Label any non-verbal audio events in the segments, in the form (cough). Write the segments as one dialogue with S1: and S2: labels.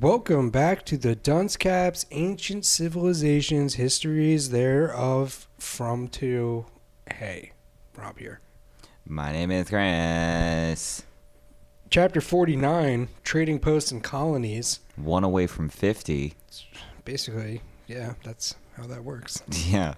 S1: Welcome back to the Dunce Caps Ancient Civilizations Histories Thereof from to Hey, Rob here.
S2: My name is Chris.
S1: Chapter 49 Trading Posts and Colonies.
S2: One away from 50.
S1: Basically, yeah, that's how that works.
S2: (laughs) Yeah.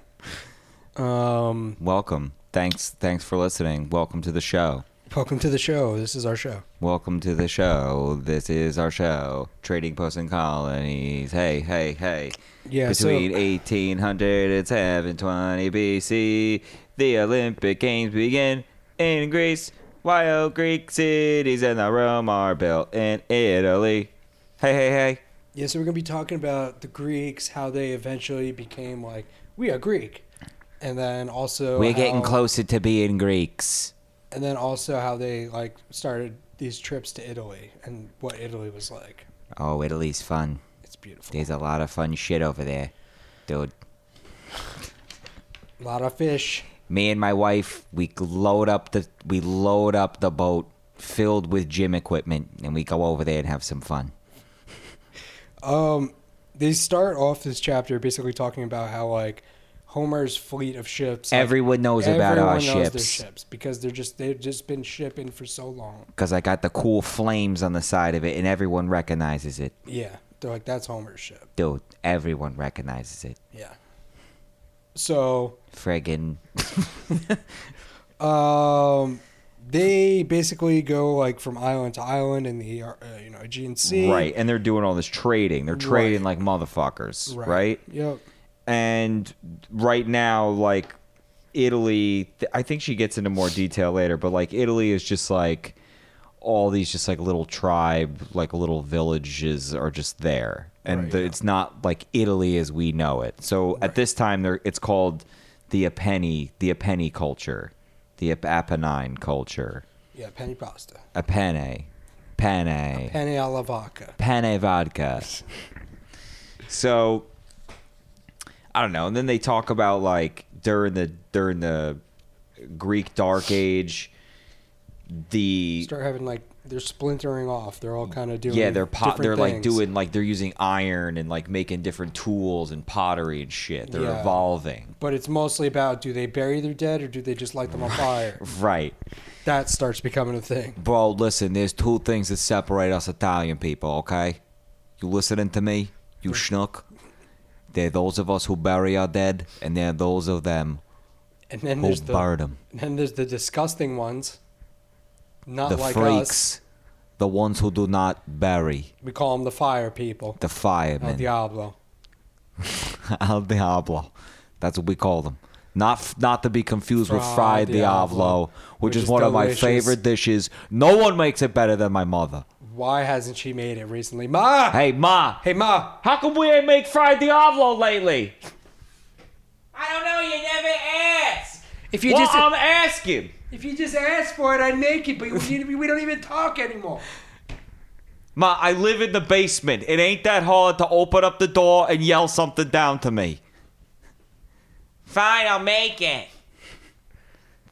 S1: Um,
S2: Welcome. Thanks. Thanks for listening. Welcome to the show.
S1: welcome to the show. This is our show.
S2: Welcome to the show. This is our show. Trading Posts and Colonies. Hey, hey, hey.
S1: Yeah,
S2: Between
S1: so
S2: 1800 and 720 BC, the Olympic Games begin in Greece. While Greek cities and the Rome are built in Italy. Hey, hey, hey.
S1: yeah, so we're going to be talking about the Greeks, how they eventually became like we are Greek. And then also
S2: We're getting
S1: how-
S2: closer to being Greeks.
S1: and then also how they like started these trips to Italy and what Italy was like.
S2: Oh, Italy's fun.
S1: It's beautiful.
S2: There's a lot of fun shit over there, dude.
S1: A lot of fish.
S2: Me and my wife, we load up the we load up the boat filled with gym equipment, and we go over there and have some fun.
S1: Um, they start off this chapter basically talking about how like Homer's fleet of ships. like,
S2: Everyone knows about
S1: everyone
S2: our
S1: knows their
S2: ships
S1: ships because they're just they've just been shipping for so long.
S2: because I got the cool flames on the side of it, and everyone recognizes it,
S1: Yeah, they're like that's Homer's ship.
S2: dude. Everyone recognizes it.
S1: Yeah. So
S2: Friggin' (laughs)
S1: um, they basically go like from island to island in the uh, you know Aegean Sea.
S2: (laughs) right, and they're doing all this trading. They're trading like motherfuckers, right?
S1: Yep.
S2: and right now like italy th- i think she gets into more detail later but like italy is just like all these just like little tribe like little villages are just there and the, it's not like italy as we know it so at this time there it's called the apennine the apennine culture the Ap- apennine culture
S1: Yeah, penny pasta.
S2: apenne penne
S1: Penny alla vodka.
S2: penne vodka. so I don't know. And then they talk about like during the during the Greek Dark Age, the
S1: Start having like they're splintering off. They're all kind of doing
S2: yeah they're pot
S1: different
S2: they're like
S1: things.
S2: doing like they're using iron and like making different tools and pottery and shit. They're
S1: Yeah.
S2: evolving.
S1: But it's mostly about do they bury their dead or do they just light them on fire?
S2: (laughs) Right.
S1: That starts becoming a thing.
S2: Bro, listen, there's two things that separate us Italian people, okay? You listening to me, you
S1: Mm.
S2: schnook? They're those of us who bury our dead, and they're those of them
S1: And then
S2: who
S1: there's the
S2: buried them.
S1: and then there's the disgusting ones. Not
S2: The
S1: like us.
S2: freaks. The ones who do not bury.
S1: We call them the fire people.
S2: The
S1: El
S2: firemen.
S1: Diablo.
S2: (laughs) Al Diablo. That's what we call them. Not f- not to be confused with
S1: Fried
S2: fried
S1: Diablo,
S2: Diablo, which,
S1: which
S2: is,
S1: is
S2: one of my
S1: delicious.
S2: favorite dishes. No one makes it better than my mother.
S1: Why hasn't she made it recently? Ma!
S2: Hey, Ma,
S1: Hey Ma!
S2: How come we ain't make fried Diablo lately? I don't know. You never asked.
S1: If you
S2: well,
S1: just
S2: I'm asking.
S1: if you just ask for it, I'd make it, but we, we don't even talk anymore.
S2: Ma, I live in the basement. It ain't that hard to open up the door and yell something down to me. Fine, I'll make it.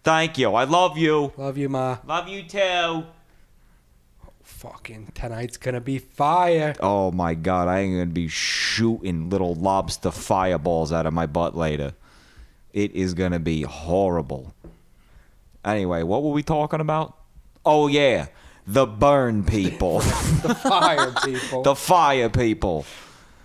S2: Thank you. I love you.
S1: Love you, Ma.
S2: Love you too.
S1: Fucking tonight's gonna be fire.
S2: Oh my god, I ain't gonna be shooting little lobster fireballs out of my butt later. It is gonna be horrible. Anyway, what were we talking about? Oh yeah, the burn people, (laughs)
S1: The fire people.
S2: the fire people.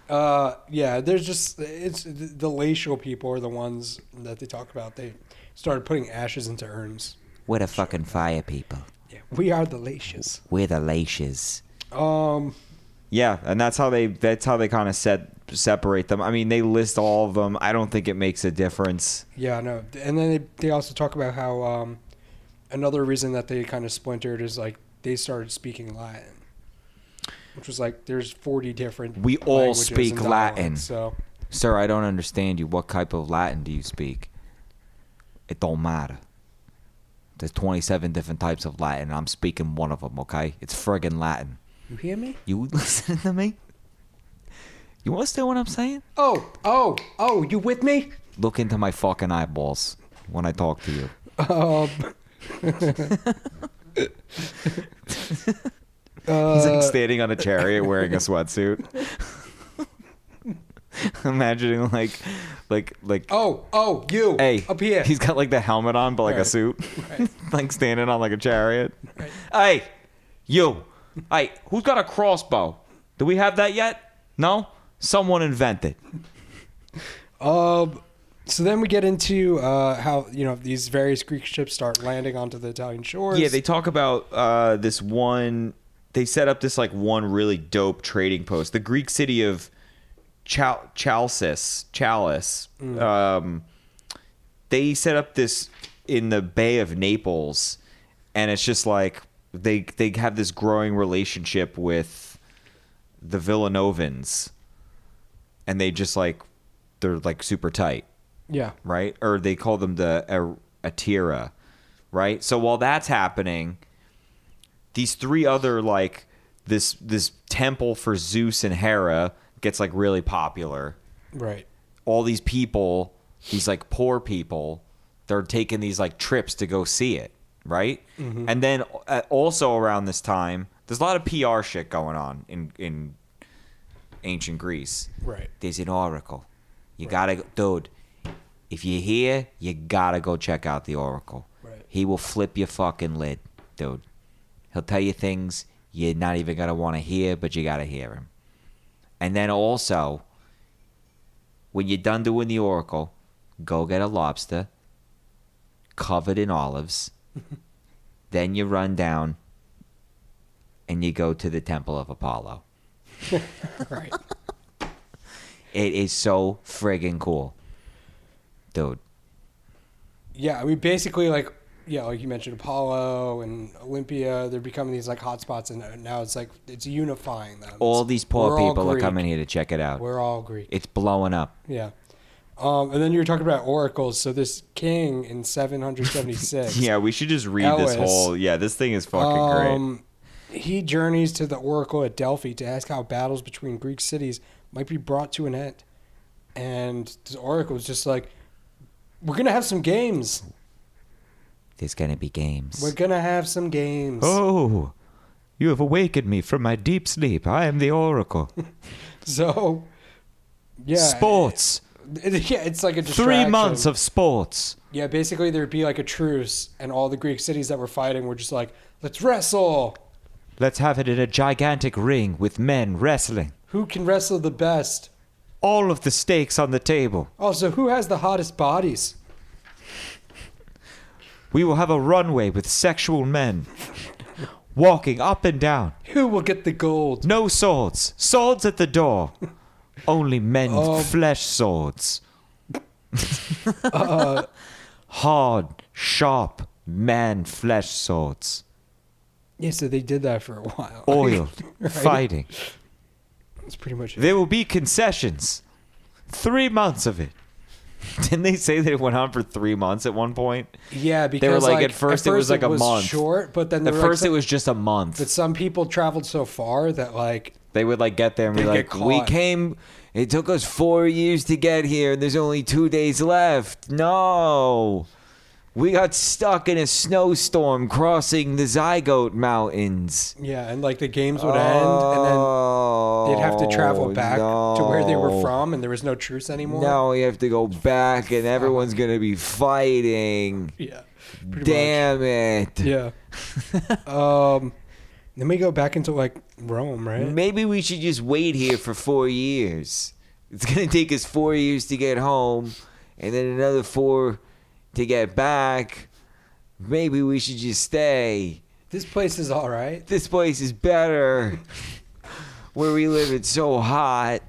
S1: Uh, yeah, there's just it's the glacial people are the ones that they talk about. They started putting ashes into urns.
S2: We're the fucking fire people.
S1: Yeah, we are the lacious.
S2: We're the laches.
S1: Um,
S2: Yeah, and that's how they that's how they kind of set separate them. I mean, they list all of them. I don't think it makes a difference.
S1: yeah, no, and then they, they also talk about how um, another reason that they kind of splintered is like they started speaking Latin, which was like there's 40 different.
S2: We all
S1: languages and
S2: speak
S1: dialects,
S2: Latin.
S1: so
S2: Sir, I don't understand you. What type of Latin do you speak? It don't matter. There's 27 different types of Latin. I'm speaking one of them, okay? It's friggin' Latin.
S1: you hear me?
S2: You (laughs) listening to me? You understand what I'm saying?
S1: Oh, oh, oh, you with me?
S2: Look into my fucking eyeballs when I talk to you.
S1: Um,
S2: He's
S1: Uh,
S2: like standing on a chariot wearing a sweatsuit. (laughs) Imagining like, like, like.
S1: Oh, oh, you.
S2: Hey,
S1: up here.
S2: He's got like the helmet on, but like a
S1: Right.
S2: suit,
S1: Right.
S2: (laughs) like standing on like a chariot. Hey, you. Hey, who's got a crossbow? Do we have that yet? No. Someone invent it.
S1: Um, so then we get into uh, how you know these various Greek ships start landing onto the Italian shores.
S2: Yeah, they talk about uh, this one. They set up this like one really dope trading post. The Greek city of Chal- Chalcis, Chalice. Um, they set up this in the Bay of Naples, and it's just like they they have this growing relationship with the Villanovans, and they just like they're like super tight
S1: yeah,
S2: right? Or they call them the Ar- Atira, right? So while that's happening, these three other like this this temple for Zeus and Hera gets like really popular.
S1: right.
S2: All these people, these like poor people, they're taking these like trips to go see it, right? And then uh, also around this time, there's a lot of PR shit going on in in ancient Greece
S1: Right.
S2: there's an oracle. You gotta, dude. If you're here, you gotta go check out the oracle.
S1: Right.
S2: He will flip your fucking lid, dude. He'll tell you things you're not even gonna want to hear, but you gotta hear him. And then also, when you're done doing the oracle, go get a lobster covered in
S1: (laughs)
S2: olives. then you run down and you go to the temple of Apollo.
S1: (laughs) Right.
S2: It is so friggin' cool. Dude.
S1: Yeah, we basically like yeah, like you mentioned Apollo and Olympia. They're becoming these like hotspots, and uh, now it's like it's unifying them.
S2: All
S1: It's-
S2: these poor
S1: we're all
S2: people are
S1: Greek.
S2: coming here to check it out.
S1: We're all Greek.
S2: It's blowing up.
S1: Yeah. Um, and then you were talking about oracles. So this king in 776.
S2: (laughs) Yeah, we should just read
S1: Ellis.
S2: this whole. Yeah, this thing is fucking
S1: Um, he journeys to the oracle at Delphi to ask how battles between Greek cities might be brought to an end. And the oracle was just like, "We're gonna have some games.
S2: great. There's gonna be games.
S1: We're gonna have some games."
S2: oh, you have awakened me from my deep sleep. I am the Oracle.
S1: So, yeah,
S2: sports.
S1: It, (laughs) yeah, it's like a
S2: Three
S1: distraction.
S2: months of sports.
S1: yeah. Basically, there'd be like a truce, and all the Greek cities that were fighting were just like, "Let's wrestle.
S2: Let's have it in a gigantic ring with men wrestling.
S1: Who can wrestle the best?
S2: All of the stakes on the table.
S1: Also, who has the hottest bodies?"
S2: We will have a runway with sexual men (laughs) walking up and down.
S1: Who will get the gold?
S2: No swords. Swords at the door. Only men
S1: Um,
S2: with flesh
S1: (laughs)
S2: swords.
S1: Uh-uh.
S2: Hard, sharp man flesh swords.
S1: Yeah, so they did that for a while.
S2: Oiled,
S1: (laughs) Right.
S2: fighting.
S1: That's pretty much it.
S2: There will be concessions. Three months of it. (laughs) Didn't they say that it went on for three months at one point?
S1: Yeah, because
S2: were like, at first it was like a month.
S1: short, but then
S2: At first, it
S1: was.
S2: was just a month.
S1: But some people traveled so far that like
S2: They would like get there and be
S1: They'd
S2: like,
S1: get
S2: "We
S1: caught.
S2: came. It took us four years to get here, and there's only two days left. No, we got stuck in a snowstorm crossing the Zygote Mountains.
S1: yeah, and like the games would end, and then they'd have to travel
S2: Oh,
S1: back to where they were
S2: no.
S1: from, and there was no truce anymore.
S2: Now we have to go back, and everyone's gonna be fighting.
S1: Yeah. pretty much.
S2: Damn it.
S1: Yeah.
S2: (laughs)
S1: um, then we go back into like Rome, right?
S2: Maybe we should just wait here for four years. It's gonna (laughs) take us four years to get home, and then another four to get back. Maybe we should just stay.
S1: This place is all right.
S2: This place is better. (laughs) Where we live, it's so hot.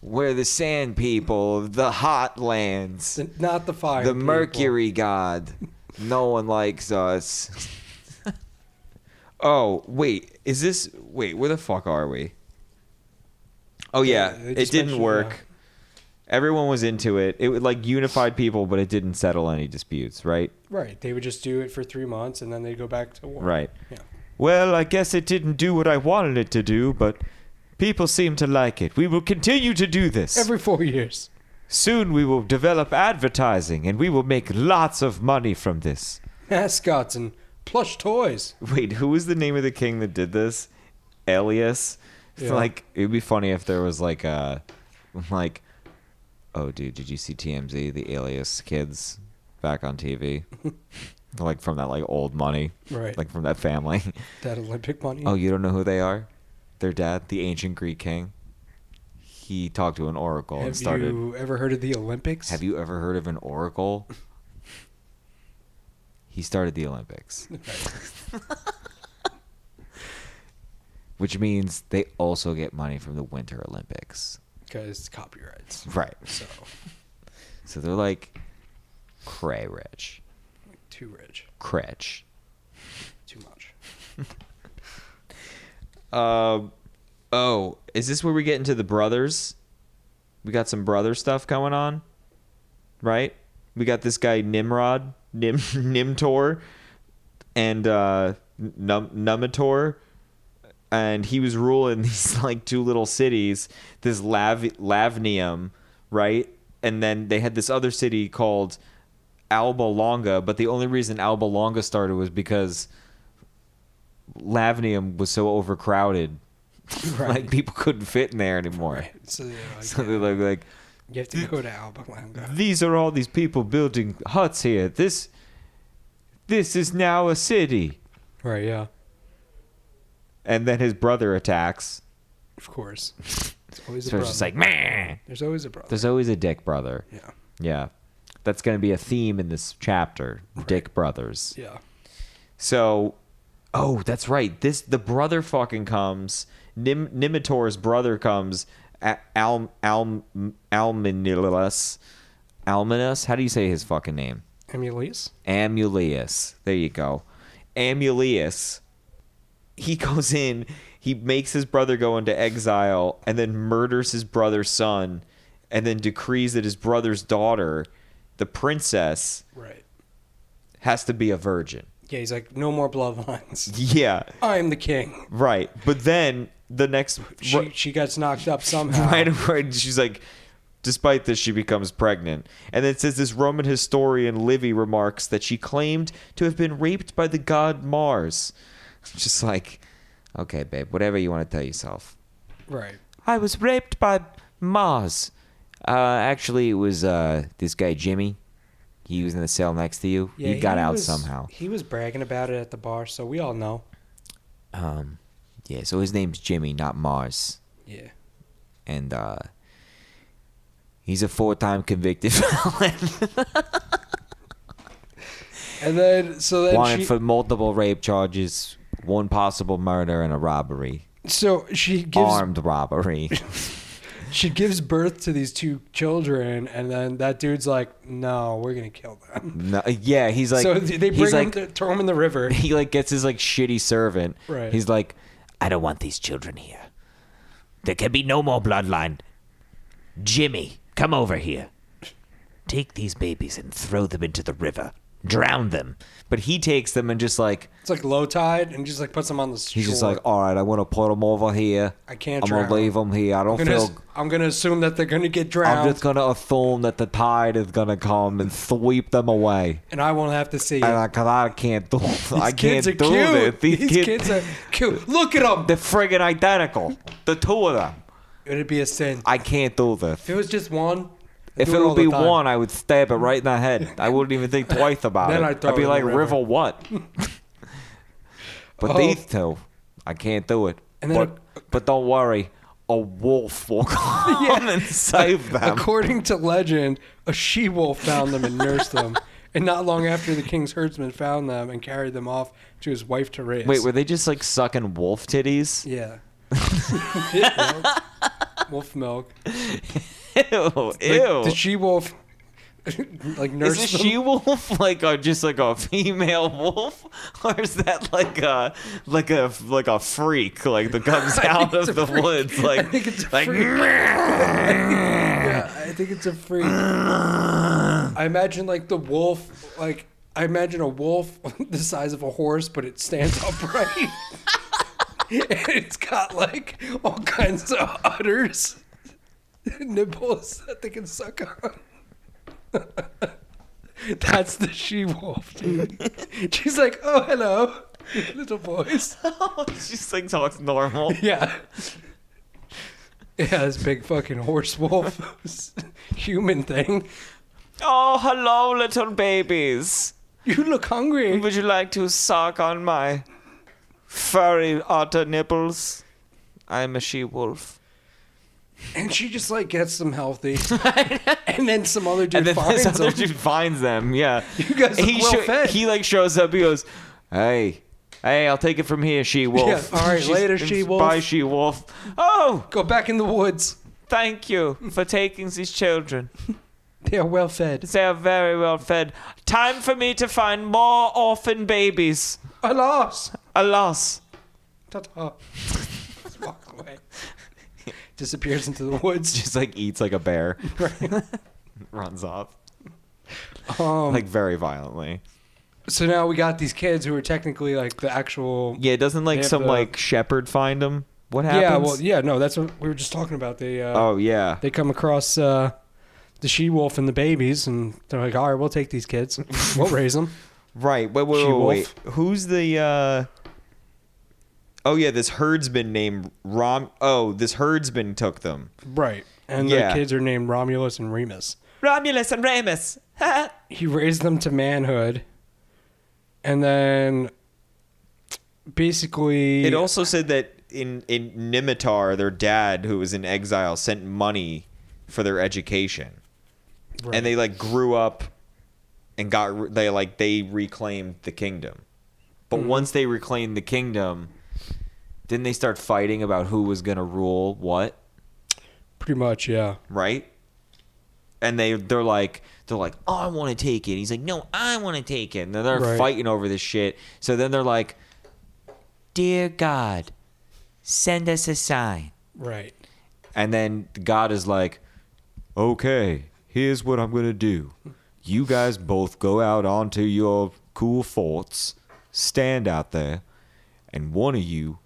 S2: Where the sand people, of the hot lands,
S1: It's not the fire.
S2: the
S1: people.
S2: mercury god. No one
S1: (laughs)
S2: likes us. oh, wait. Is this. Wait, where the fuck are we? Oh, yeah.
S1: Yeah, they
S2: It
S1: just
S2: didn't
S1: mentioned-
S2: work.
S1: yeah.
S2: Everyone was into it. It like unified people, but it didn't settle any disputes, right?
S1: Right. They would just do it for three months, and then they go back to war.
S2: Right.
S1: Yeah.
S2: Well, I guess it didn't do what I wanted it to do, but people seem to like it. We will continue to do this.
S1: Every four years.
S2: Soon we will develop advertising and we will make lots of money from this.
S1: mascots and plush toys.
S2: (laughs) Wait, who was the name of the king that did this? Elias.
S1: Yeah.
S2: Like it'd be funny if there was like a like oh dude, did you see TMZ, the Alias kids back
S1: (laughs)
S2: on TV? like from that like old money.
S1: Right.
S2: Like from that family. (laughs)
S1: That Olympic money.
S2: Oh, you don't know who they are? Their dad, the ancient Greek king. He talked to an oracle
S1: Have
S2: and started
S1: you ever heard of the Olympics?
S2: Have you ever heard of an
S1: (laughs)
S2: oracle? he started the Olympics. Which means they also get money from the Winter Olympics.
S1: Because copyrights.
S2: Right.
S1: So,
S2: So they're like cray rich.
S1: too rich.
S2: Cretch.
S1: Too much.
S2: Um oh, is this where we get into the brothers? We got some brother stuff going on, right? We got this guy Nimrod, Nim (laughs) Nimtor, and uh, Num- Numitor, and he was ruling (laughs) these like two little cities, this Lav- Lavnium, right? And then they had this other city called Alba Longa, but the only reason Alba Longa started was because Lavnium was so overcrowded, (laughs) like people couldn't fit in there anymore.
S1: So, they're like,
S2: (laughs) So they're like, like,
S1: you have to go to Alba Longa.
S2: these are all these people building huts here. This, this is now a city.
S1: Right, yeah.
S2: And then his brother attacks.
S1: Of course. It's always a
S2: So
S1: brother.
S2: it's just like, man.
S1: There's always a brother.
S2: There's always a dick brother.
S1: Yeah.
S2: Yeah, that's gonna be a theme in this chapter. Dick brothers.
S1: Yeah.
S2: So, oh, that's right. This the brother fucking comes. Nim, Nimitor's brother comes. A- Al Al Almanilus, Almanus. How do you say his fucking name?
S1: Amulius?
S2: Amulius. There you go. Amulius. He goes in. He makes his brother go into exile, and then murders his brother's son, and then decrees that his brother's daughter, the princess,
S1: Right.
S2: has to be a virgin.
S1: Yeah, he's like, no more bloodlines.
S2: Yeah.
S1: I am the king.
S2: Right. But then the next
S1: She, she gets knocked
S2: (laughs)
S1: up somehow.
S2: right, right she's like despite this she becomes pregnant. And then it says this Roman historian Livy remarks that she claimed to have been raped by the god Mars. (laughs) Just like okay, babe, whatever you want to tell yourself.
S1: Right.
S2: I was raped by Mars. Uh, actually it was uh, this guy Jimmy. He was in the cell next to you. he got out
S1: was-
S2: somehow.
S1: He was bragging about it at the bar, so we all know.
S2: Um, yeah, so his name's Jimmy, not Mars.
S1: Yeah.
S2: and uh, he's a four-time convicted (laughs) felon,
S1: And then, so then
S2: wanted
S1: she,
S2: for multiple rape charges, one possible murder, and a robbery,
S1: so she gives
S2: armed
S1: (laughs)
S2: robbery.
S1: she gives birth to these two children, and then that dude's like, "No, we're gonna kill them."
S2: No, yeah, he's like,
S1: so they bring
S2: he's
S1: him,
S2: like,
S1: to, throw him in the river.
S2: he like gets his like shitty servant.
S1: Right.
S2: He's like, I don't want these children here. There can be no more bloodline. Jimmy, come over here. Take these babies and throw them into the river. Drown them. But he takes them and just like
S1: It's like low tide, and just like puts him on the shore.
S2: He's just like, all right, I want to put them over here.
S1: I can't
S2: I'm gonna
S1: drown.
S2: leave them here. I don't
S1: I'm gonna,
S2: feel.
S1: I'm gonna assume that they're gonna get
S2: I'm
S1: drowned,
S2: just gonna assume that the tide is gonna come and sweep them away.
S1: and I won't have to see
S2: And
S1: it.
S2: I, cause I can't do. (laughs) I
S1: These
S2: can't
S1: kids
S2: do
S1: are cute.
S2: this. These, kids,
S1: are cute. Look at them.
S2: (laughs) they're friggin' identical. The two of them.
S1: It'd be a sin
S2: I can't do this.
S1: if it was just one. I'd
S2: If
S1: do
S2: it
S1: all
S2: would
S1: the
S2: be
S1: time.
S2: one, I would stab it right in the head. I wouldn't
S1: (laughs)
S2: even think twice about
S1: Then
S2: it.
S1: I'd
S2: I'd,
S1: throw it
S2: be
S1: in the
S2: like,
S1: river.
S2: river what?
S1: (laughs)
S2: (laughs) but
S1: Oh.
S2: these two, I can't do it.
S1: And then
S2: but, but don't worry, a wolf will (laughs)
S1: (laughs)
S2: come and save them.
S1: According to legend, a she wolf found them and nursed them. And not long after, the king's herdsman found them and carried them off to his wife to raise.
S2: Wait, were they just like sucking wolf titties?
S1: Yeah. Milk. wolf milk.
S2: Ew,
S1: The, the
S2: ew.
S1: she wolf, (laughs) like
S2: Is
S1: nurse.
S2: a
S1: them.
S2: she wolf (laughs) like a, just like a female wolf, (laughs) or is that like a like a like a freak like
S1: (laughs)
S2: that comes out
S1: it's
S2: of
S1: a
S2: the
S1: freak.
S2: woods
S1: (laughs)
S2: like
S1: I think it's a
S2: like
S1: freak.
S2: (laughs)
S1: yeah, I think it's a freak. I imagine like the wolf, like I imagine a wolf (laughs) the size of a horse, but it stands (laughs) upright. and it's got like all kinds of udders, (laughs) nipples that they can suck on. (laughs) That's the she wolf, dude. She's like, oh, hello, little boys.
S2: she sings talks normal.
S1: Yeah. Yeah, this big fucking horse wolf (laughs) human thing.
S2: Oh, hello, little babies.
S1: You look hungry.
S2: Would you like to suck on my furry otter nipples? I'm a she wolf.
S1: And she just like gets them (laughs) healthy. and then some other dude finds
S2: (laughs) this other
S1: them.
S2: dude finds them. Yeah,
S1: You guys look
S2: he
S1: well
S2: sho-
S1: fed.
S2: He like shows up. He goes, "Hey, hey, I'll take it from here, she wolf.
S1: all right,
S2: (laughs) She's-
S1: later, she wolf."
S2: Bye, she wolf. Oh,
S1: Go back in the woods.
S2: thank you for taking these children.
S1: They are well fed.
S2: They are very well fed. Time for me to find more orphan babies.
S1: Alas!
S2: Alas, (laughs)
S1: Ta (laughs) ta. Walks away. Disappears into the (laughs) woods.
S2: just like eats like
S1: (laughs)
S2: a bear, runs off
S1: Um,
S2: like very violently.
S1: so now we got these kids who are technically like the actual.
S2: Yeah, doesn't
S1: They
S2: like
S1: have
S2: some
S1: the-
S2: like shepherd find him? What happens?
S1: Yeah, well, yeah, no, that's what we were just talking about. They uh,
S2: Oh yeah.
S1: they come across uh, the she wolf and the babies, and they're like, "All right, we'll take these (laughs) kids. We'll raise them."
S2: Right. Wait, wait, wait,
S1: She-Wolf.
S2: wait. Who's the uh Oh yeah, this herdsman named Rom Oh, this herdsman took them.
S1: Right. And
S2: Yeah.
S1: the kids are named Romulus and Remus.
S2: Romulus and Remus. (laughs)
S1: He raised them to manhood, and then basically,
S2: It also said that in in Nimitar, their dad who was in exile sent money for their education.
S1: Right.
S2: And they like grew up and got re- they like they reclaimed the kingdom. But once they reclaimed the kingdom, didn't they start fighting about who was going to rule what?
S1: pretty much, yeah.
S2: right? And they they're like they're like, "Oh, I want to take it." He's like, "No, I want to take it." And then they're
S1: Right.
S2: fighting over this shit. So then they're like, "Dear God, send us a sign."
S1: Right.
S2: And then God is like, "Okay, here's what I'm going to do. You guys both go out onto your cool forts, stand out there, and one of you,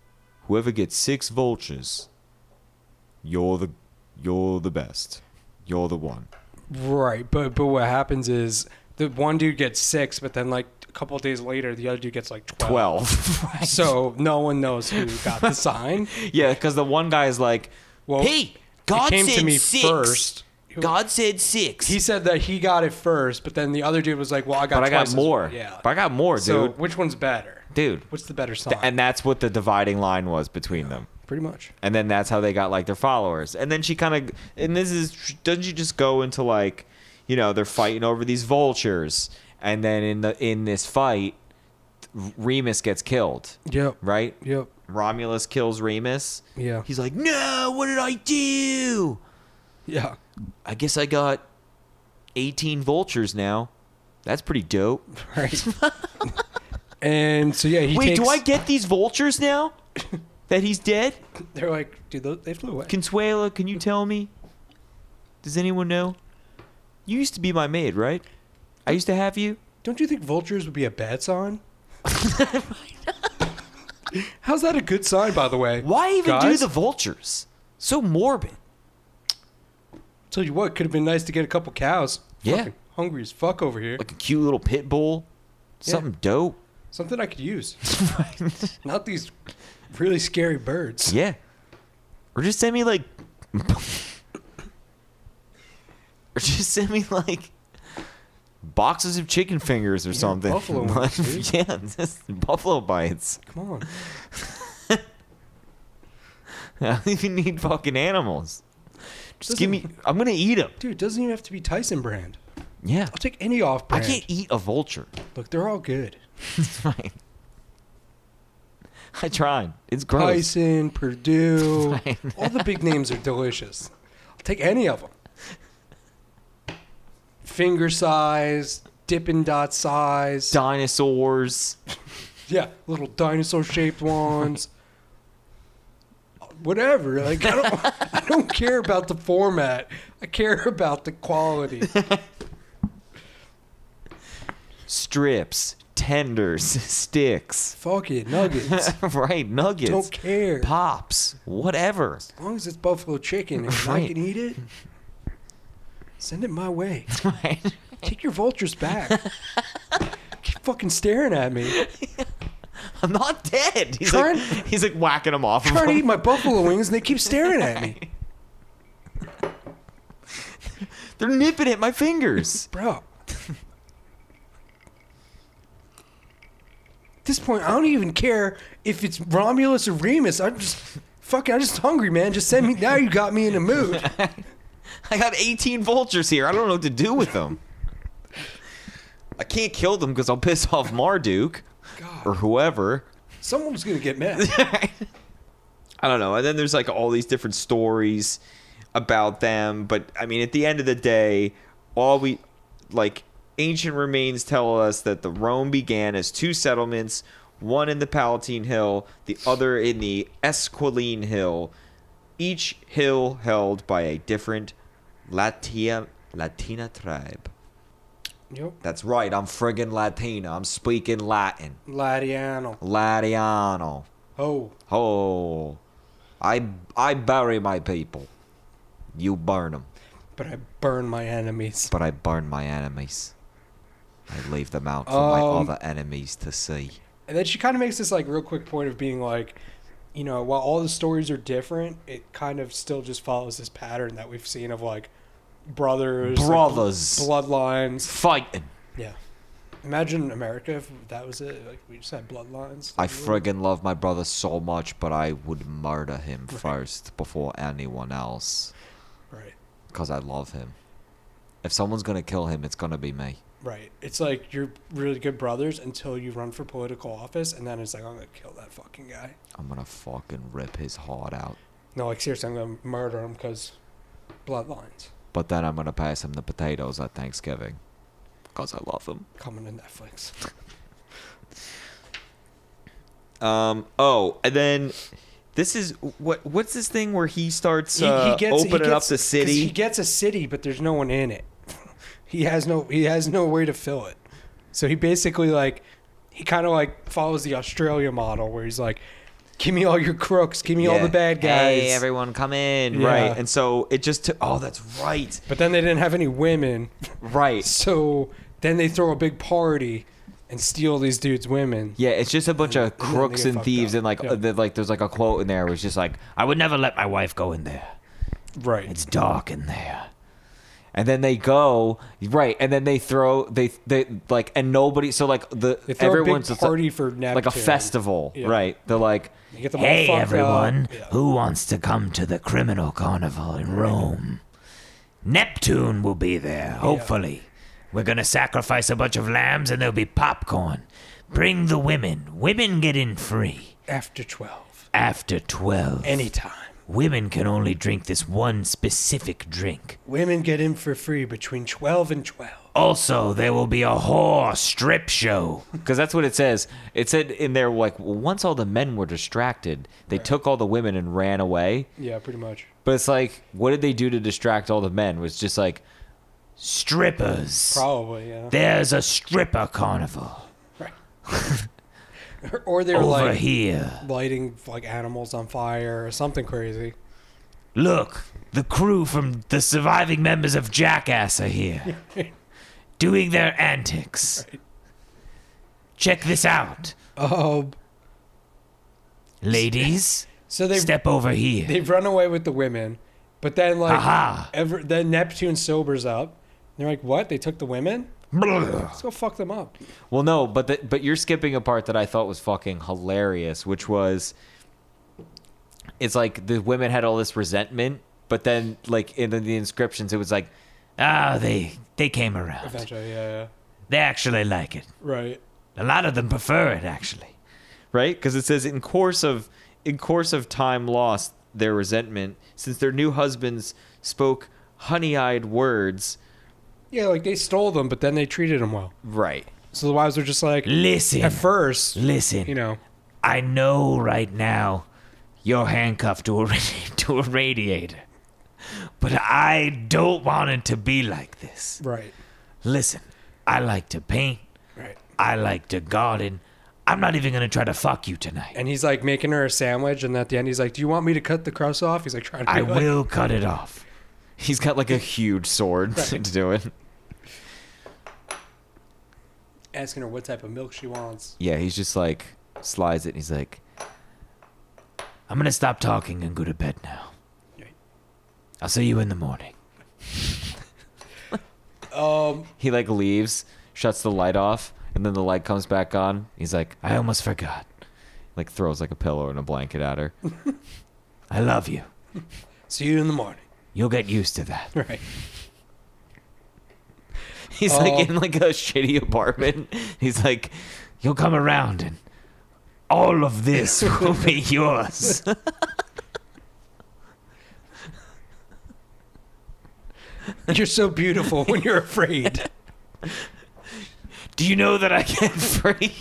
S2: whoever gets 6 vultures, you're the you're the best. You're the one."
S1: Right, but but what happens is the one dude gets six, but then like a couple of days later, the other dude gets like twelve.
S2: 12.
S1: So no one knows who got the sign.
S2: (laughs) yeah, cuz the one guy is like,
S1: Well,
S2: "Hey, God
S1: it came
S2: said
S1: to me
S2: six.
S1: first.
S2: God said 6."
S1: He said that he got it first, but then the other dude was like, "Well, I got."
S2: but I got
S1: twice as-
S2: more.
S1: Yeah.
S2: But I got more,
S1: so
S2: dude.
S1: which one's better?
S2: Dude.
S1: What's the better sign?
S2: Th- and that's what the dividing line was between them.
S1: Pretty much.
S2: and then that's how they got like their followers. And then she kind of, and this is, doesn't she just go into like, you know, they're fighting over these vultures, and then in the in this fight, Remus gets killed,
S1: Yep.
S2: right?
S1: Yep.
S2: Romulus kills Remus.
S1: Yeah.
S2: He's like, no, what did I do? (laughs)
S1: Yeah.
S2: I guess I got eighteen vultures now. That's pretty dope.
S1: Right. (laughs) and so yeah, he
S2: Wait,
S1: takes.
S2: do I get these vultures
S1: (coughs)
S2: now? that he's dead?
S1: (laughs) They're like, dude, tho- they flew away.
S2: Consuela, can you tell me? Does anyone know? You used to be my maid, right? I used to have you.
S1: Don't you think vultures would be a bad
S2: (laughs)
S1: sign? How's that a good sign, by the way?
S2: Why even
S1: Guys?
S2: do the vultures? So morbid.
S1: Tell you what, could have been nice to get a couple cows.
S2: Yeah.
S1: Fucking hungry as fuck over here.
S2: Like a cute little pit bull.
S1: Yeah.
S2: Something dope.
S1: Something I could
S2: (laughs)
S1: use. Not these really scary birds.
S2: Yeah. Or just send me like (laughs) Or just send me like boxes of chicken fingers or something. (laughs)
S1: buffalo ones, dude.
S2: yeah, just buffalo bites. (laughs)
S1: Come on.
S2: I don't even need fucking animals. Just give me.
S1: Doesn't-
S2: I'm gonna eat them.
S1: Dude, it doesn't even have to be Tyson brand.
S2: Yeah.
S1: I'll take any off
S2: I
S1: brand.
S2: can't eat a vulture.
S1: Look, they're all good.
S2: It's fine. I tried. It's gross.
S1: Tyson, Purdue.
S2: Fine.
S1: all the big names are delicious. I'll take any of them. Finger size, dippin' dot size.
S2: Dinosaurs.
S1: Yeah, little dinosaur shaped ones. Whatever. Like I don't I don't care about the format. I care about the quality.
S2: Strips. Tenders. (laughs) Sticks. (laughs)
S1: Fuck it, nuggets.
S2: right. Nuggets.
S1: Don't care. As
S2: Pops. Whatever. (laughs)
S1: long as it's buffalo chicken and I
S2: Right.
S1: can eat it, send it my way.
S2: Right.
S1: Take your vultures back. Keep fucking staring at me.
S2: I'm not dead. He's
S1: Trying-
S2: like he's like whacking him off. of
S1: Trying to eat
S2: him.
S1: my buffalo wings and they keep staring at me.
S2: They're nipping at my fingers. (laughs)
S1: Bro. At this point, I don't even care if it's Romulus or Remus. I'm just fucking. I'm just hungry, man. Just send me. Now you got me in a mood.
S2: I got 18 vultures here. I don't know what to do with them. I can't kill them because I'll piss off Marduk or
S1: God,
S2: whoever.
S1: someone's gonna get mad.
S2: I don't know. And then there's like all these different stories about them, but I mean, at the end of the day, all we like ancient remains tell us that the Rome began as two settlements, one in the Palatine Hill, the other in the Esquiline Hill, each hill held by a different Latia Latina tribe.
S1: Yep.
S2: That's right. I'm friggin' Latina. I'm speaking Latin.
S1: Latiano.
S2: Latiano.
S1: Oh,
S2: Oh, I I bury my people. You burn them,
S1: but I burn my enemies.
S2: but I burn my enemies. I leave them out for my
S1: Um,
S2: other enemies to see.
S1: And then she kind of makes this like real quick point of being like, you know, while all the stories are different, it kind of still just follows this pattern that we've seen of like brothers, like,
S2: Brothers.
S1: bloodlines.
S2: Fighting.
S1: Yeah. Imagine America if that was it. Like we just had bloodlines.
S2: I friggin' love my brother so much, but I would murder him first before anyone else,
S1: Right.
S2: cause I love him. If someone's gonna kill him, it's gonna be me.
S1: Right. It's like you're really good brothers until you run for political office, and then it's like I'm gonna kill that fucking guy.
S2: I'm gonna fucking rip his heart out.
S1: No, like seriously, I'm gonna murder him because bloodlines
S2: But then I'm gonna pass him the potatoes at Thanksgiving, cause I love him.
S1: coming to Netflix.
S2: Um. Oh, and then this is what? What's this thing where he starts uh, opening up the
S1: 'cause
S2: city?
S1: He gets a city, but there's no one in it. (laughs) He has no he has no way to fill it. So he basically like he kind of like follows the Australia model where he's like, "Give me all your crooks, give me all
S2: Yeah.
S1: the bad guys."
S2: Hey, everyone, come in.
S1: Yeah.
S2: Right. And so it just took. Oh, that's right.
S1: But then they didn't have any
S2: (laughs)
S1: women,
S2: Right.
S1: so then they throw a big party and steal these dudes' women.
S2: Yeah, it's just a bunch
S1: then
S2: of
S1: they
S2: crooks
S1: get
S2: and
S1: fucked
S2: thieves,
S1: up.
S2: and like,
S1: Yeah.
S2: uh, the, like, there's like a quote in there where it's just like, "I would never let my wife go in there.
S1: Right.
S2: It's dark in there." And then they go right, and then they throw they they like, and nobody. So like the
S1: They throw
S2: everyone's
S1: a
S2: just,
S1: big party for Neptune.
S2: like a festival,
S1: Yeah.
S2: right? They're like,
S1: You get them all fucked up. Yeah.
S3: who wants to come to the criminal carnival in Rome? Neptune will be there, hopefully. We're going to sacrifice a bunch of lambs and there'll be popcorn. Bring the women. Women get in free
S1: after twelve,
S3: after 12.
S1: anytime.
S3: women can only drink this one specific drink.
S1: Women get in for free between twelve and twelve.
S3: Also, there will be a whore strip
S2: (laughs)
S3: show.
S2: Because that's what it says. It said in there, like, once all the men were distracted, they took all the women and ran away.
S1: Yeah, pretty much.
S2: But it's like, what did they do to distract all the men? It was just like,
S3: Strippers.
S1: Probably, yeah.
S3: There's a stripper carnival
S1: (laughs) or they were
S3: over
S1: like
S3: here.
S1: lighting like animals on fire or something crazy.
S3: Look, the crew from the surviving members of Jackass are
S1: (laughs)
S3: here, doing their antics. Check this out,
S1: Um,
S3: ladies.
S1: so they
S3: Step over here.
S1: they've run away with the women, but then like
S3: Aha!
S1: ever then Neptune sobers up. And they're like, "What? They took the women?
S3: Blah.
S1: Let's go fuck them up."
S2: well, no, but the, but you're skipping a part that I thought was fucking hilarious, which was, it's like the women had all this resentment, but then like in the, the inscriptions, it was like,
S3: Ah, they they came around.
S1: Eventually, yeah, yeah.
S3: They actually like it.
S1: right.
S3: A lot of them prefer it, actually.
S2: right? Because it says in course of in course of time lost their resentment, since their new husbands spoke honey-eyed words.
S1: Yeah, like they stole them, but then they treated them well.
S2: Right.
S1: So the wives are just like,
S3: Listen,
S1: at first,
S3: listen.
S1: you know,
S3: I know right now you're handcuffed to a, ra- to a radiator, but I don't want it to be like this.
S1: right,
S3: Listen, I like to paint,
S1: right.
S3: I like to garden. I'm not even gonna try to fuck you tonight.
S1: And he's like making her a sandwich, and at the end, he's like, "Do you want me to cut the crust off?" He's like trying to.
S3: I
S1: be like,
S3: will cut it off.
S2: He's got like a huge sword to do it.
S1: asking her what type of milk she wants.
S2: Yeah, he's just like slides it and he's like,
S3: I'm gonna stop talking and go to bed now. I'll see you in the morning.
S1: Um,
S2: he like leaves, shuts the light off, and then the light comes back on. He's like,
S3: I almost forgot.
S2: like throws like a pillow and a blanket at her.
S3: I love you.
S1: see you in the morning.
S3: You'll get used to that.
S1: Right.
S2: (laughs) He's
S1: Oh.
S2: like in like a shitty apartment. (laughs) He's like,
S3: You'll come around and all of this will be yours.
S1: (laughs) You're so beautiful when you're afraid. (laughs)
S3: Do you know that I get
S2: free,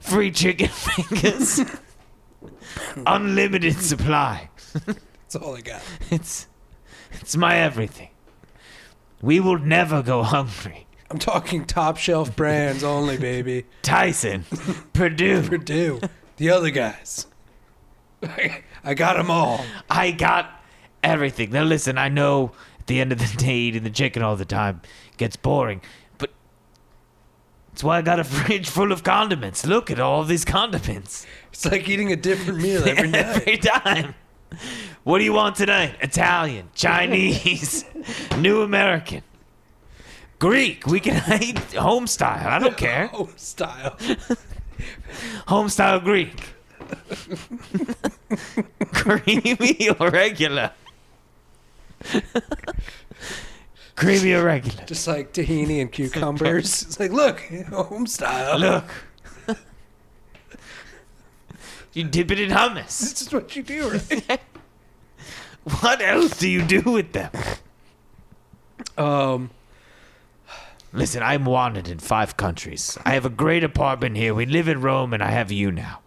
S3: free chicken (laughs) fingers? Unlimited supply.
S1: That's all I got.
S3: It's it's my everything. We will never go hungry.
S1: I'm talking top shelf brands only, baby.
S3: Tyson, (laughs) Purdue,
S1: Purdue, the other guys. I got them all.
S3: I got everything. Now listen, I know at the end of the (laughs) day eating the chicken all the time gets boring, but that's why I got a (laughs) fridge full of condiments. Look at all these condiments
S1: It's like eating a different meal (laughs)
S3: (laughs)
S1: every night.
S3: every time. What do you want tonight? Italian,
S1: (laughs)
S3: Chinese, New American, Greek. We can (laughs) eat home style. I don't care.
S1: Oh, style.
S3: Homestyle Greek. (laughs) Creamy or regular? Creamy or regular?
S1: Just like tahini and cucumbers. It's like, look, (laughs) home style.
S3: Look. You dip it in hummus.
S1: This is what you do, right?
S3: What else do you do with them?
S1: (laughs) Um,
S3: Listen, I'm wanted in five countries. I have a great apartment here. We live in Rome, and I have you now.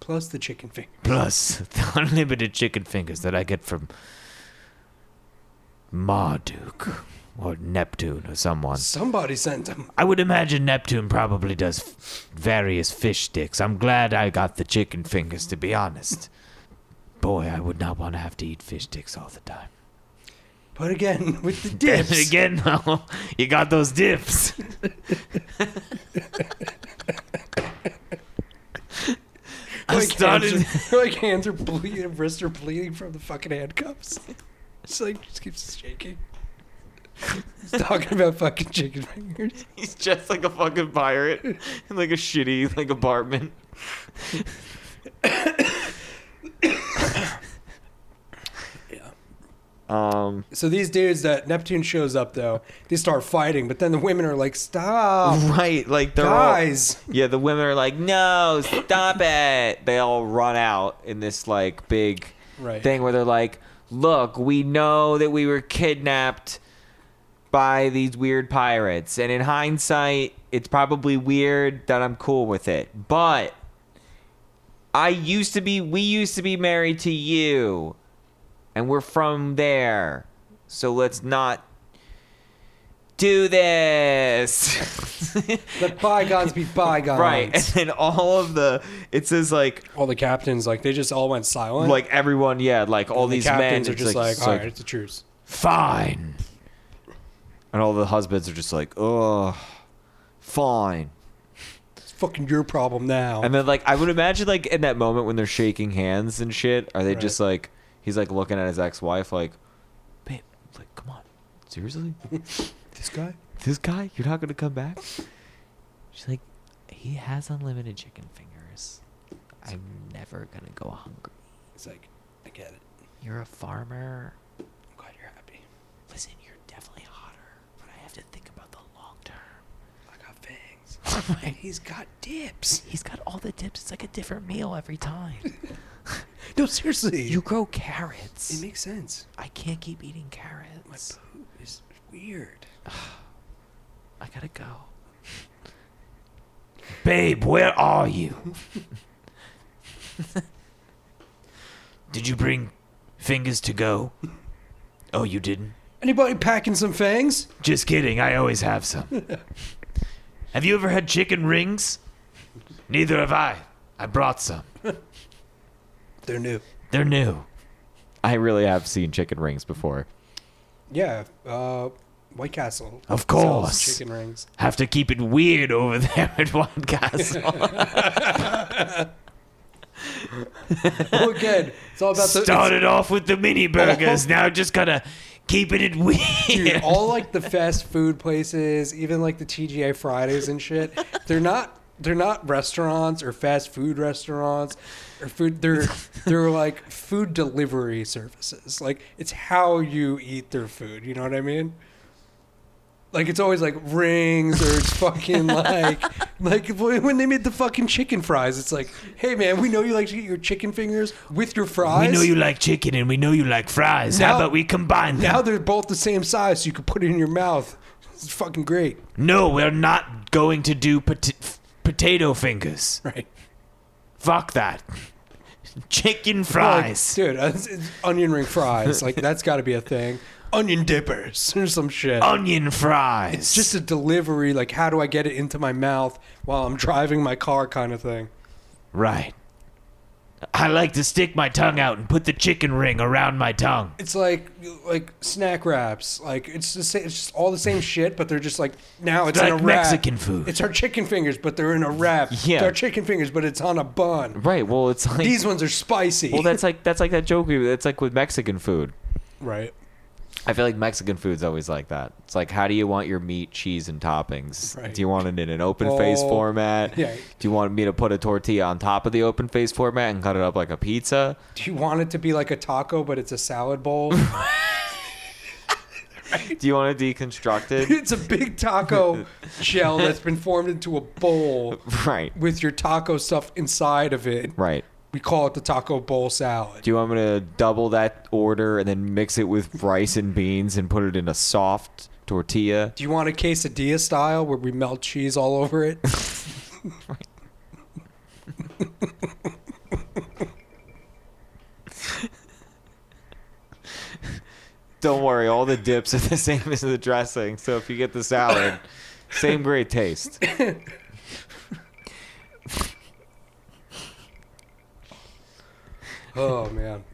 S1: plus the chicken finger.
S3: Plus (laughs) the unlimited chicken fingers that I get from Marduk or Neptune or someone.
S1: Somebody sent them.
S3: I would imagine Neptune probably does f- various fish sticks. I'm glad I got the chicken fingers, to be honest. Boy, I would not want to have to eat fish sticks all the time.
S1: But again, (laughs) with
S2: (laughs)
S1: the
S3: And
S1: dips.
S3: again, though, you got those dips. I
S1: like
S3: started.
S1: Hands are, (laughs) like hands are bleeding, wrists are bleeding from the fucking handcuffs. (laughs) It's like just keeps shaking. He's talking about fucking chicken fingers.
S2: (laughs) he's dressed like a fucking pirate (laughs) in like a shitty like apartment.
S1: Yeah.
S2: Um,
S1: So these dudes that Neptune shows up though, they start fighting, but then the women are like, "Stop,
S2: right, like (laughs) they're all,
S1: Oh. guys!"
S2: yeah. The women are like, no, stop it. They all run out in this like big
S1: Right.
S2: thing where they're like, look, we know that we were kidnapped by these weird pirates. And in hindsight, it's probably weird that I'm cool with it. But I used to be, we used to be married to you. And we're from there. So let's not do this. (laughs)
S1: Let bygones be bygones.
S2: right. (laughs) And then all of the, it says like,
S1: All the captains, like, they just all went silent.
S2: like everyone, yeah, like all
S1: the
S2: these men
S1: captains are
S2: it's
S1: just like,
S2: it's
S1: "All right, it's a truce."
S3: Fine.
S2: And all the husbands are just like, ugh, fine.
S1: It's fucking your problem now.
S2: And then, like, I would imagine, like, in that moment when they're shaking hands and shit, are they
S1: Right.
S2: just like, he's like looking at his ex wife, like, babe, like, come on, seriously?
S1: this guy,
S2: this guy, you're not going to come back? She's like, he has unlimited chicken fingers. I'm never going to go hungry.
S1: it's like, I get it.
S2: You're a farmer.
S1: I'm glad you're happy.
S2: Listen, you're definitely hotter, but I have to think about the long term.
S1: I got fangs. (laughs) And he's got dips.
S2: He's got all the tips. It's like a different meal every time. (laughs)
S1: No, seriously.
S2: grow carrots.
S1: it makes sense.
S2: I can't keep eating
S1: My
S2: carrots.
S1: poop is weird.
S2: I gotta go.
S3: Babe, where are you? Did you bring fingers to go? Oh, you didn't?
S1: Anybody packing some fangs?
S3: Just kidding, I always have some. have you ever had chicken rings? Neither have I. I brought some.
S1: They're new.
S3: They're new.
S2: I really have seen chicken rings before.
S1: Yeah. Uh, White Castle.
S3: Of
S1: sells
S3: course.
S1: chicken rings. (laughs)
S3: Have to keep it weird over there at White Castle.
S1: Oh, good. It's all about the. it's-
S3: Started off with the
S1: (laughs)
S3: mini burgers, now just gotta keeping it weird.
S1: Dude, all like the fast food places, even like the TGI Fridays and shit, they're not they're not restaurants or fast food restaurants or food they're they're like food delivery services. Like it's how you eat their food, you know what I mean? Like it's always like rings or it's fucking
S3: (laughs)
S1: like like when they made the fucking chicken fries, it's like, hey man, we know you like to eat your chicken fingers with your
S3: we
S1: fries.
S3: know you like chicken and we know you like fries.
S1: Now-
S3: How about we combine them?
S1: Now they're both the same size, so you can put it in your mouth. It's fucking great,
S3: no, we're not going to do pot- potato fingers.
S1: right?
S3: Fuck that. Chicken fries.
S1: like, dude. uh, It's, it's onion ring fries, like that's got to be a thing. Onion dippers or some shit.
S3: Onion fries.
S1: It's just a delivery. Like, how do I get it into my mouth while I'm driving my car, kind of thing.
S3: Right. I like to stick my tongue out and put the chicken ring around my tongue.
S1: It's like like snack wraps. Like it's the same. It's just all the same shit, but they're just like now it's, in
S3: like
S1: a wrap.
S3: Mexican food.
S1: It's our chicken fingers, but they're in a wrap.
S2: Yeah.
S1: they're chicken fingers, but it's on a bun.
S2: Right. Well, it's like
S1: These ones are spicy.
S2: well, that's like that's like that joke. we- That's like with Mexican food.
S1: right.
S2: I feel like Mexican food's always like that. It's like, how do you want your meat, cheese, and toppings?
S1: Right.
S2: Do you want it in an open face
S1: Oh,
S2: format?
S1: yeah.
S2: Do you want me to put a tortilla on top of the open face format and cut it up like a pizza?
S1: Do you want it to be like a taco, but it's a salad
S2: (laughs)
S1: bowl? (laughs)
S2: Do you want it
S1: (laughs)
S2: deconstructed?
S1: it's a big taco shell that's been formed into a bowl
S2: right.
S1: with your taco stuff inside of it.
S2: Right.
S1: We call it the taco bowl salad.
S2: Do you want me to double that order and then mix it with rice and beans and put it in a soft tortilla?
S1: Do you want a quesadilla style where we melt cheese all over
S2: (laughs)
S1: it?
S2: Don't worry, all the dips are the (laughs) same as the dressing. So if you get the salad, same great taste.
S1: Oh man.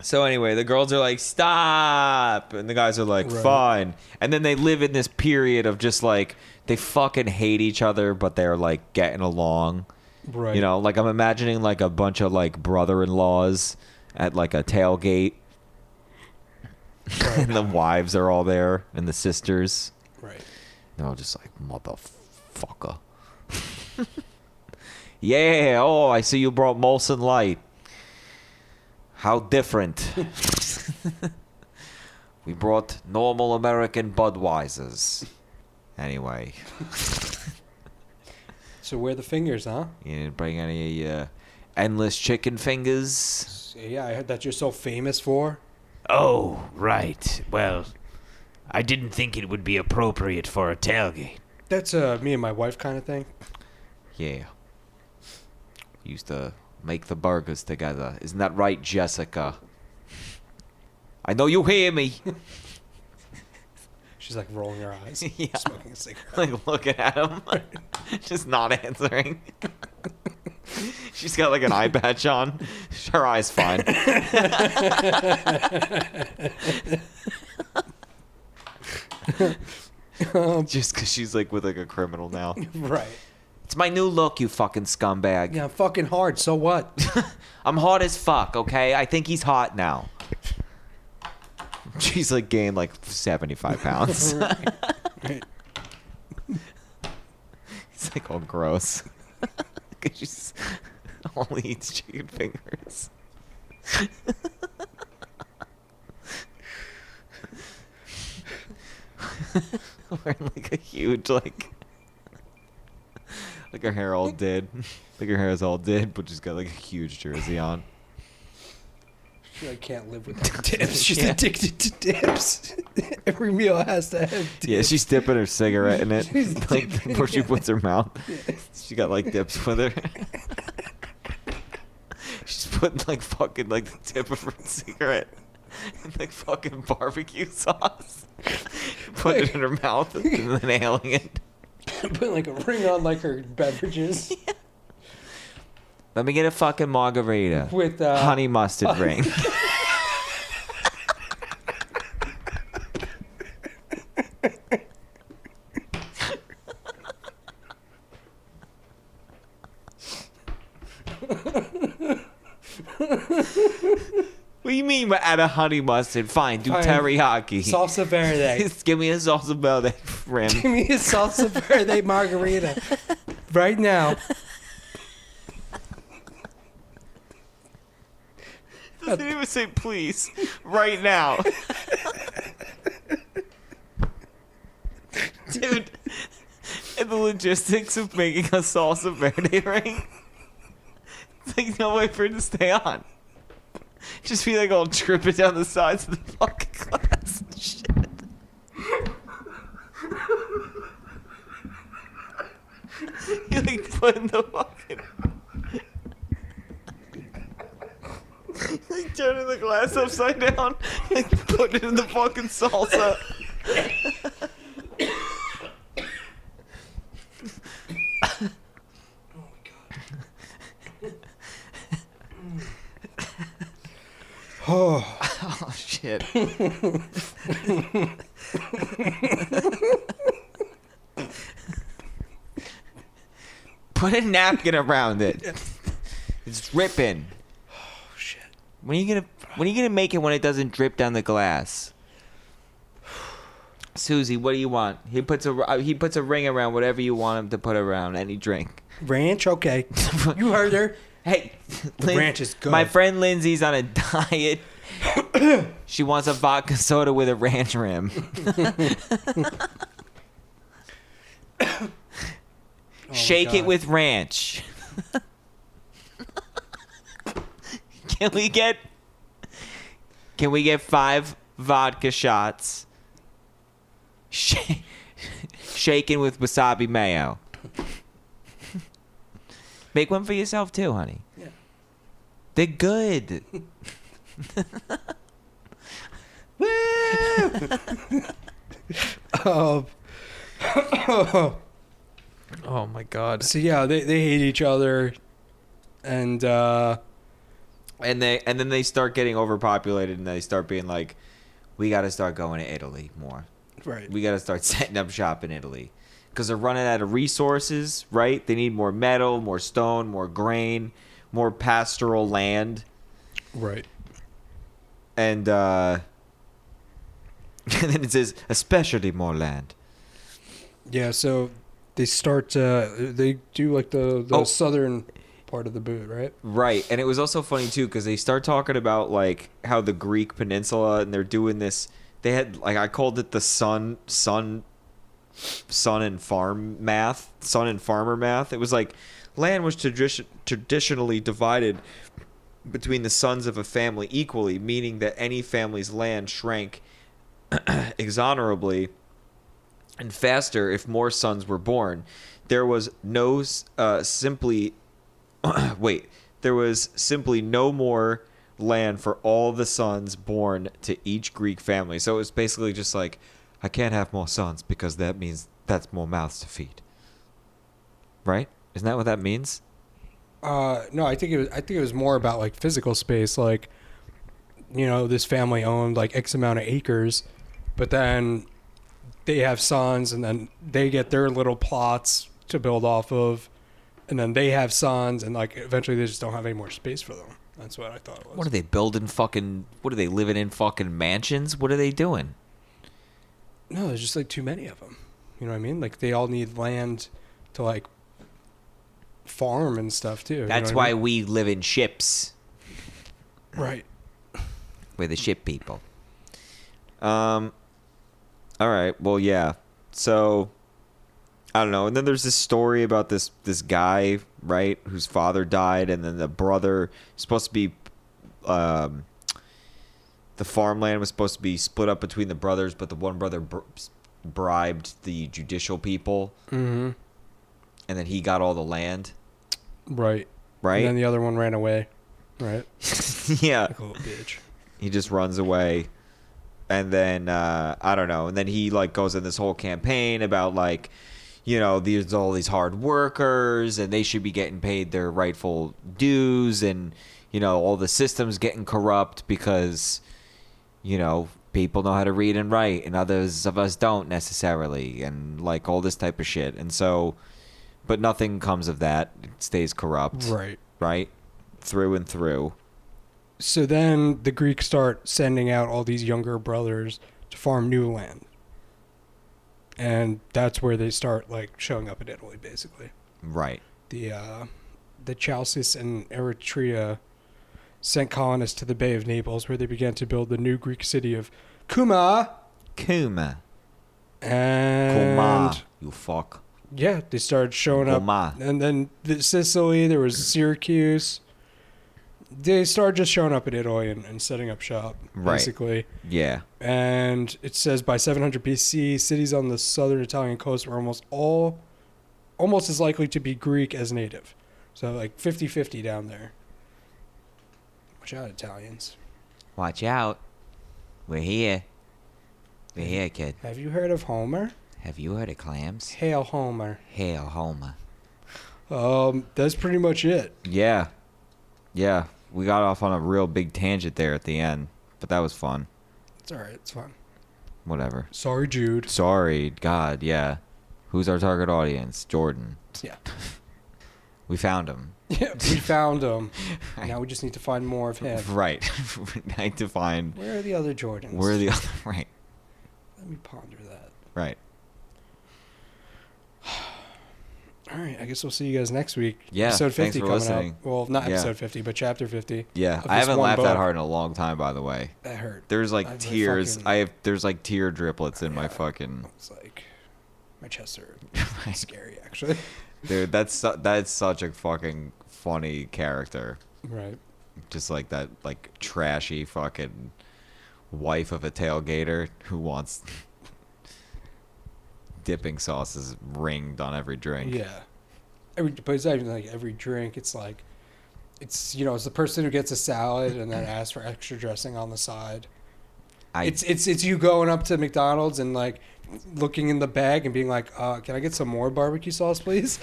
S2: So anyway, the girls are like, "Stop," and the guys are like,
S1: Right.
S2: "Fine." And then they live in this period of just like they fucking hate each other, but they're like getting along.
S1: Right.
S2: You know, like I'm imagining like a bunch of like brother-in-laws at like a tailgate, (laughs) and the wives are all there, and the sisters.
S1: Right.
S2: And I'm just like, motherfucker. (laughs) yeah, oh, I see you brought Molson Light. How different. (laughs) we brought normal American Budweisers. Anyway,
S1: So where the fingers, huh?
S2: you didn't bring any uh, endless chicken fingers.
S1: So, yeah, I heard that you're so famous for.
S3: Oh, right. Well, I didn't think it would be appropriate for a tailgate.
S1: That's uh me and my wife kind of thing.
S2: Yeah. We used to make the burgers together. Isn't that right, Jessica? I know you hear me.
S1: She's like rolling her eyes,
S2: (laughs) Yeah.
S1: smoking a cigarette.
S2: like looking at (laughs) him, just not answering. She's
S1: (laughs)
S2: got like an eye patch on. Her eye's (laughs) fine.
S1: (laughs)
S2: just because she's like with like a criminal now.
S1: Right.
S2: It's my new look, you fucking scumbag.
S1: Yeah, I'm fucking hard. So what?
S2: (laughs) I'm hot as fuck, okay? I think he's hot now. (laughs) She's like gained like 75
S1: (laughs)
S2: pounds. (laughs) It's like all gross. (laughs) 'Cause she's (laughs) only eats chicken fingers. (laughs) Wearing like a huge like (laughs) like her hair all did. (laughs) Like her hair is all did, but she's got like a huge jersey (laughs) on.
S1: She like can't live
S2: (laughs)
S1: without dips. She's
S2: Yeah.
S1: addicted to dips. (laughs) Every meal has to have dips. (laughs)
S2: Yeah, she's dipping her cigarette (laughs) in it.
S1: She's
S2: like
S1: dipping-
S2: before she puts her mouth. She got like dips with (laughs) her. she's putting like fucking like the tip of her cigarette in like fucking barbecue sauce. (laughs) Put it in her mouth and then inhaling it.
S1: putting like a ring on like her beverages
S2: (laughs) Let me get a fucking margarita.
S1: with uh,
S2: honey mustard ring. (laughs) What do you mean by add a honey mustard? Fine, do
S1: Fine.
S2: teriyaki.
S1: Salsa verde.
S2: (laughs) Just give me a salsa verde,
S1: Give
S2: Rim.
S1: me a salsa verde margarita right
S2: (laughs)
S1: now.
S2: (laughs) Doesn't even say please. Right now. (laughs) Dude, and the logistics of making a salsa verde ring. It's like no way for it to stay on. Just be like all dripping down the sides of the fucking glass. and Shit. (laughs) You like put in the fucking. Like turning the glass upside down and put it in the fucking salsa.
S1: Oh,
S2: (laughs) Oh shit. put a napkin around it. It's dripping.
S1: shit.
S2: When are you gonna when are you gonna make it when it doesn't drip down the glass? (sighs) Susie, what do you want? He puts a uh, he puts a ring around whatever you want him to put around any drink.
S1: Ranch, okay. You heard her.
S2: Hey,
S1: The ranch is good.
S2: My friend Lindsay's on
S1: (coughs)
S2: a (laughs) diet. she wants a vodka soda with a ranch rim.
S1: Oh,
S2: Shake it
S1: God.
S2: with ranch. (laughs) can we get Can we get 5 vodka shots? Sh- (laughs) shaken with wasabi mayo. (laughs) Make one for yourself too, honey.
S1: Yeah. (laughs)
S2: They're good. (laughs)
S1: (laughs) Um, Oh.
S4: Oh my god.
S1: so yeah, they they hate each other, and uh,
S2: and they and then they start getting overpopulated and they start being like we got to start going to Italy more.
S1: right.
S2: We got to start (laughs) setting up shop in Italy cuz they're running out of resources, right? They need more metal, more stone, more grain, more pastoral land
S1: Right.
S2: and uh (laughs) and then it says especially more land.
S1: Yeah. So they start. Uh, they do like the the
S2: Oh.
S1: southern part of the boot, right?
S2: Right, and it was also funny too because they start talking about like how the Greek peninsula and they're doing this. They had like I called it the sun, sun, sun and farm math, sun and farmer math. It was like land was tradi- traditionally divided between the sons of a family equally, meaning that any family's land shrank (clears throat) exonerably and faster if more sons were born. There was no s- uh, simply (coughs) wait, there was simply no more land for all the sons born to each Greek family. So it was basically just like, I can't have more sons because that means that's more mouths to feed. Right? Isn't that what that means?
S1: Uh, no, I think it was. I think it was more about like physical space, like you know, this family owned like X amount of acres, but then they have sons, and then they get their little plots to build off of, and then they have sons, and like eventually they just don't have any more space for them. That's what I thought it was.
S2: What are they building fucking what are they living in fucking mansions? What are they doing?
S1: No, there's just like too many of them. You know what I mean? Like they all need land to like farm and stuff too. you know
S2: That's
S1: what
S2: why
S1: I mean?
S2: we live in ships.
S1: Right.
S2: We're the ship people. Um. All right. Well, yeah. So, I don't know. And then there's this story about this this guy, right, whose father died, and then the brother supposed to be, um, the farmland was supposed to be split up between the brothers, but the one brother br- bribed the judicial people,
S1: hmm
S2: and then he got all the land,
S1: Right.
S2: right?
S1: And
S2: (laughs)
S1: then the other one ran away. Right.
S2: yeah.
S1: Like a little bitch.
S2: he just runs away and then uh, i don't know and then he like goes in this whole campaign about like you know there's all these hard workers and they should be getting paid their rightful dues and you know all the systems getting corrupt because you know people know how to read and write and others of us don't necessarily and like all this type of shit and so but nothing comes of that it stays corrupt
S1: Right.
S2: right? Through and through.
S1: So then the Greeks start sending out all these younger brothers to farm new land. And that's where they start like showing up in Italy basically.
S2: Right.
S1: The uh the Chalcis and Eritrea sent colonists to the Bay of Naples where they began to build the new Greek city of Cuma
S2: Kuma.
S1: and
S2: Kuma. You fuck.
S1: yeah, they started showing Uh, up
S2: Kuma.
S1: and then the Sicily, there was Syracuse. They started just showing up in Italy and, and setting up shop,
S2: Right.
S1: basically.
S2: Yeah.
S1: And it says by 700 BC, cities on the southern Italian coast were almost all, almost as likely to be Greek as native. So like 50 50 down there. Watch out, Italians.
S2: Watch out. We're here. We're here, kid.
S1: Have you heard of Homer?
S2: Have you heard of clams?
S1: Hail Homer.
S2: Hail Homer.
S1: Um, that's pretty much it.
S2: Yeah. Yeah. We got off on a real big tangent there at the end, but that was fun.
S1: It's all right. It's fine.
S2: Whatever.
S1: Sorry, Jude.
S2: Sorry, God, yeah. Who's our target audience? Jordan.
S1: Yeah.
S2: (laughs) We found him.
S1: (laughs) Yeah, we found (laughs) him.
S2: Right.
S1: Now we just need to find more of him.
S2: (laughs) Right. I need to find
S1: Where are the other Jordans?
S2: where the other (laughs) right.
S1: Let me ponder that.
S2: Right.
S1: (sighs) All right, I guess we'll see you guys next week.
S2: Yeah,
S1: episode
S2: thanks
S1: fifty
S2: for
S1: coming
S2: listening.
S1: up. Well, not
S2: Yeah.
S1: episode fifty, but chapter fifty.
S2: Yeah.
S1: Of
S2: I
S1: this
S2: haven't
S1: one
S2: laughed that
S1: book.
S2: hard in a long time, by the way.
S1: That hurt.
S2: There's like
S1: I really
S2: tears.
S1: fucking-
S2: I have there's like tear driplets in
S1: (laughs)
S2: my fucking (laughs)
S1: It's like my chest hurt.
S2: Right.
S1: Scary,
S2: (laughs)
S1: actually.
S2: Dude, that's su- that's such a fucking funny character.
S1: Right.
S2: Just like that, like trashy fucking wife of a tailgater who wants (laughs) dipping sauces ringed on every drink.
S1: Yeah. Every, but it's not even like every drink. It's like, it's you know, it's the person who gets a salad and
S2: (clears throat)
S1: then asks for extra dressing on the side.
S2: I,
S1: it's it's it's you going up to McDonald's and like looking in the bag and being like, uh, "Can I get some more barbecue sauce, (laughs) please?"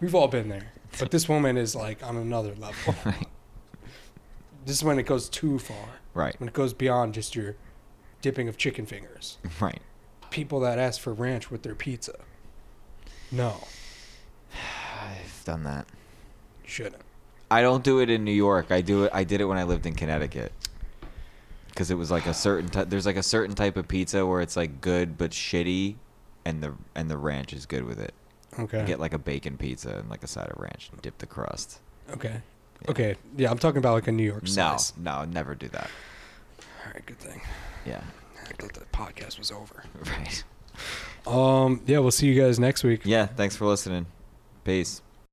S1: We've all been there, but this woman is like on another (laughs) level. This is when it goes too far.
S2: right, (laughs)
S1: When it goes beyond just your dipping of chicken fingers.
S2: right. (sighs)
S1: People that ask for ranch with their pizza. No,
S2: I've done that.
S1: shouldn't.
S2: I don't do it in New York. I do it. I did it when I lived in Connecticut. Because it was like a certain ty- there's like a certain type of pizza where it's like good but shitty, and the and the ranch is good with it.
S1: Okay.
S2: Get like a bacon pizza and like a side of ranch and dip the crust.
S1: Okay.
S2: Yeah.
S1: Okay. Yeah, I'm talking about like a New York
S2: No,
S1: slice.
S2: no, never do that.
S1: All right. Good thing.
S2: Yeah, (laughs)
S1: I thought the podcast was over.
S2: right.
S1: Um. Yeah. We'll see you guys next week.
S2: Yeah, thanks for listening. Peace.